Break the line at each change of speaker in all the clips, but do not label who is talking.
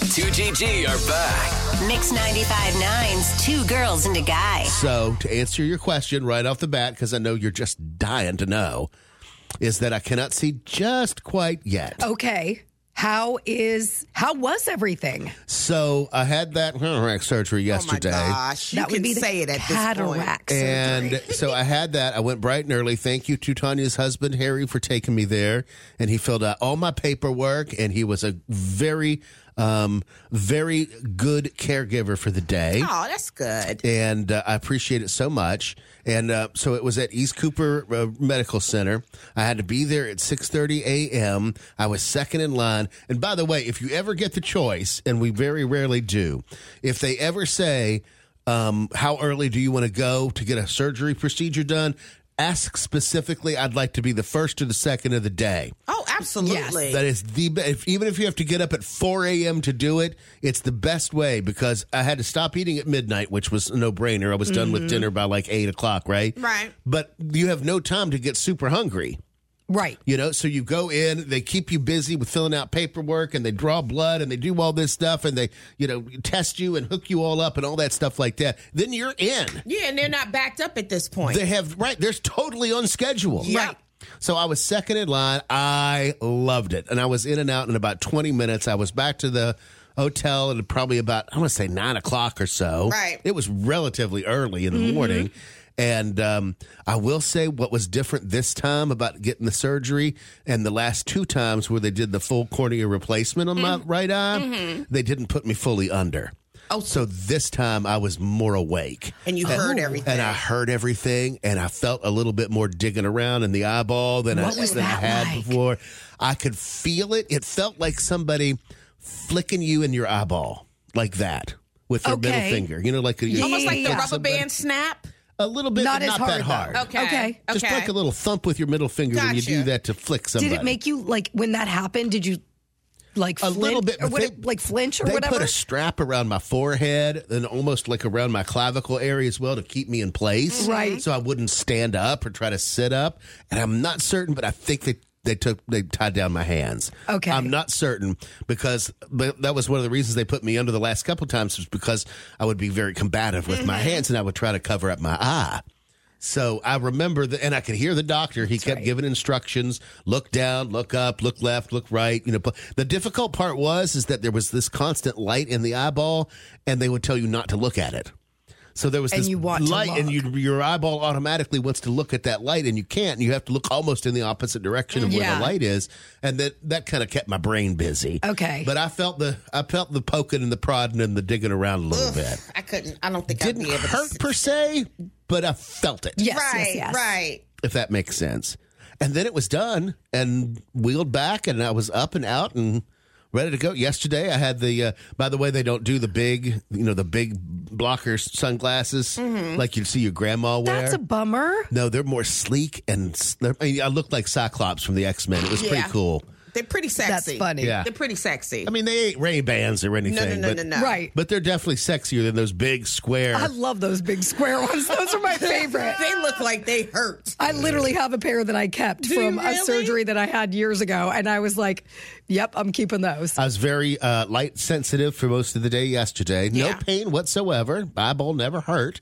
B2GG are back.
Mix 95.9's Two Girls and a Guy.
So, to answer your question right off the bat, because I know you're just dying to know, is that I cannot see just quite yet.
Oh.
Okay. How is how was everything?
So, I had that cataract surgery yesterday.
Oh my gosh, you
that
can
would be the
say it at this point.
cataract
And
surgery.
so I had that. I went bright and early. Thank you to Tanya's husband, Harry, for taking me there. And he filled out all my paperwork. And he was a very, um, very good caregiver for the day.
Oh, that's good.
And uh, I appreciate it so much. And uh, so it was at East Cooper uh, Medical Center. I had to be there at 6:30 a.m. I was second in line. And by the way, if you ever get the choice, and we very rarely do, if they ever say, um, "How early do you want to go to get a surgery procedure done?" Ask specifically. I'd like to be the first or the second of the day.
Oh, absolutely.
That is the be- if, even if you have to get up at 4 a.m. to do it, it's the best way because I had to stop eating at midnight, which was a no brainer. I was done with dinner by like 8 o'clock, right?
Right.
But you have no time to get super hungry.
right.
You know, so you go in, they keep you busy with filling out paperwork and they draw blood and they do all this stuff and they, you know, test you and hook you all up and all that stuff like that. Then you're in.
yeah, and they're not backed up at this point.
They have, right, they're totally on schedule.
Yeah.
Right.
So I was second in line. I loved it. And I was in and out in about 20 minutes. I was back to the hotel at probably about, I want to say nine o'clock or so.
Right.
It was relatively early in the morning. And um, I will say what was different this time about getting the surgery and the last two times where they did the full cornea replacement on my right eye, they didn't put me fully under. Oh, so this time I was more awake.
And you heard everything.
And I heard everything, and I felt a little bit more digging around in the eyeball than, I,
What was
than I
that
had
like?
before. I could feel it. It felt like somebody flicking you in your eyeball like that with their middle
Okay.
finger. You know, like a,
Almost like the
Yeah.
rubber
Somebody-
band snap.
a little bit,
Not
but
as
not
hard,
that
though.
hard.
Okay.
Okay.
Just like a little thump with your middle finger when you
Gotcha.
do that to flick somebody.
Did it make you like when that happened? Did you like
a
flinch,
little bit,
or
but
what
they-
it- like flinch or
they
whatever?
put a strap around my forehead and almost like around my clavicle area as well to keep me in place,
Mm-hmm. Right.
So I wouldn't stand up or try to sit up. And I'm not certain, but I think they they took they tied down my hands.
Okay.
I'm not certain because but that was one of the reasons they put me under the last couple times was because I would be very combative with
Mm-hmm.
my hands and I would try to cover up my eye. So I remember that, and I could hear the doctor. He kept giving instructions: look down, look up, look left, look right. You know, but the difficult part was is that there was this constant light in the eyeball, and they would tell you not to look at it. So there was
And
this
you want to
light, and you,
look.
your eyeball automatically wants to look at that light, and you can't. And you have to look almost in the opposite direction of where
Yeah.
the light is, and that that kind of kept my brain busy.
Okay.
but I felt the I felt the poking and the prodding and the digging around a little bit.
I couldn't. I don't think
Didn't
I'd be able
hurt
to.
per se, but I felt it
yes,
right.
yes, yes.
Right.
if that makes sense. And then it was done and wheeled back, and I was up and out and ready to go. Yesterday, I had the. Uh, by the way, they don't do the big, you know, the big blocker sunglasses
Mm-hmm.
like you'd see your grandma wear.
That's a bummer.
no, they're more sleek and. s- they're- I, mean, I looked like Cyclops from the X Men. It was
Yeah.
pretty cool.
They're pretty
That's
sexy.
funny.
Yeah.
They're pretty sexy.
I mean, they ain't Ray Bans or anything.
no, no, no,
but,
no, no.
Right.
But they're definitely sexier than those big square.
I love those big square ones. Those are my favorite.
They look like they hurt.
I literally have a pair that I kept
Do
from
you
a
really?
surgery that I had years ago, and I was like, "Yep, I'm keeping those."
I was very uh, light sensitive for most of the day yesterday. No
Yeah.
pain whatsoever. Eyeball never hurt.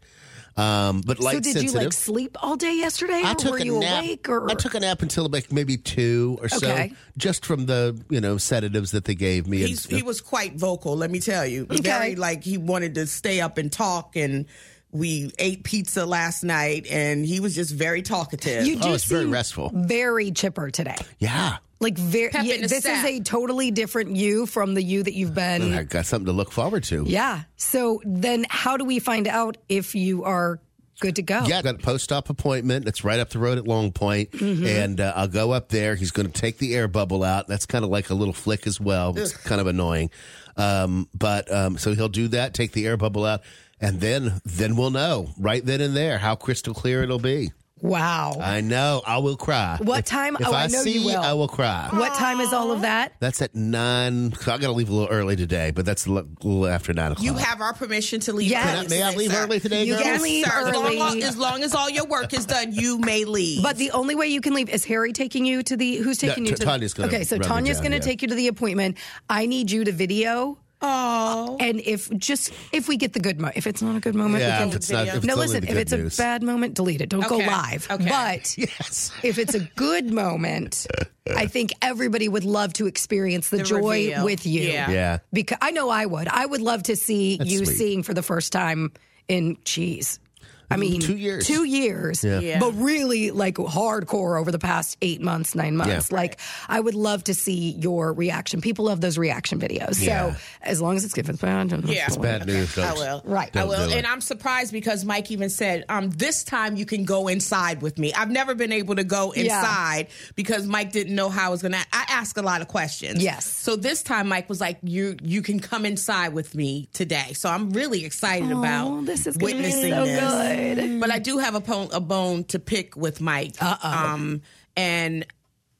Um, but light
so, did
sensitive.
you like sleep all day yesterday,
I
or
took
were
a
you
nap.
awake? Or
I took a nap until like maybe two or
Okay.
so, just from the you know sedatives that they gave me.
He's, he was quite vocal, let me tell you. Very like he wanted to stay up and talk and we ate pizza last night and he was just very talkative.
you do
oh, it's very
seem
restful.
very chipper today.
yeah,
Like very,
Pep
yeah,
in the
this is
step.
a totally different you from the you that you've been.
I got something to look forward to.
Yeah. So then, how do we find out if you are good to go?
Yeah, I've got a post-op appointment. It's right up the road at Long Point,
Mm-hmm.
and uh, I'll go up there. He's going to take the air bubble out. That's kind of like a little flick as well. It's kind of annoying, um, but um, so he'll do that, take the air bubble out, and then then we'll know right then and there how crystal clear it'll be.
Wow.
I know I will cry.
What
If-
time?
If
Oh,
I,
I know
see,
you will.
I will cry.
what time is all of that?
That's at nine. So I got to leave a little early today, but that's a li- little after nine o'clock.
You have our permission to leave.
Yes. Can
early
I-
may I
today,
leave
sir.
early today,
You
girls?
can leave
Sir, as long,
early.
as, as long as all your work is done, you may leave.
But the only way you can leave is Harry taking you to the. Who's taking
Yeah, Ta-
you to? the-
Tanya's gonna
Okay, so
run me
Tanya's
down,
going to
yeah.
take you to the appointment. I need you to video
Oh.
And if just if we get the good moment, if it's not a good moment,
Yeah,
we
if
can.
it's not, if it's
no,
only
listen.
the
If
good
it's
news.
a bad moment, delete it. Don't go
Okay.
live.
Okay.
But
yes,
if it's a good moment, I think everybody would love to experience the, joy
reveal.
with you.
Yeah.
yeah,
Because I know I would. I would love to see you
sweet.
seeing for the first time in cheese. I mean,
two years.
Two years.
Yeah.
But really, like, hardcore over the past eight months, nine months.
Yeah.
Like, I would love to see your reaction. People love those reaction videos.
Yeah.
So, as long as it's good for the band. and-
Yeah. It's
bad news.
I
folks.
will.
Right.
I
Don't
will.
do it.
And I'm surprised because Mike even said, um, this time you can go inside with me. I've never been able to go
Yeah.
inside because Mike didn't know how I was going to. I ask a lot of questions.
Yes.
So this time Mike was like, you you can come inside with me today. So I'm really excited
Oh,
about
this is gonna be
witnessing
so
this.
good.
But I do have a bone, a bone to pick with Mike. Um, and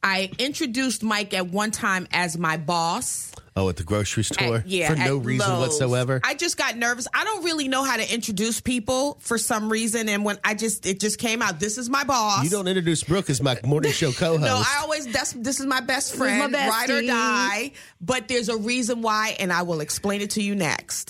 I introduced Mike at one time as my boss.
Oh, at the grocery store
At- yeah,
for no
at
reason
Lowe's.
whatsoever.
I just got nervous. I don't really know how to introduce people for some reason, and when I just it just came out. This is my boss.
you don't introduce Brooke as my morning show co-host.
No, I always that's this is my best
my
friend, ride or
bestie.
die. But there's a reason why, and I will explain it to you next.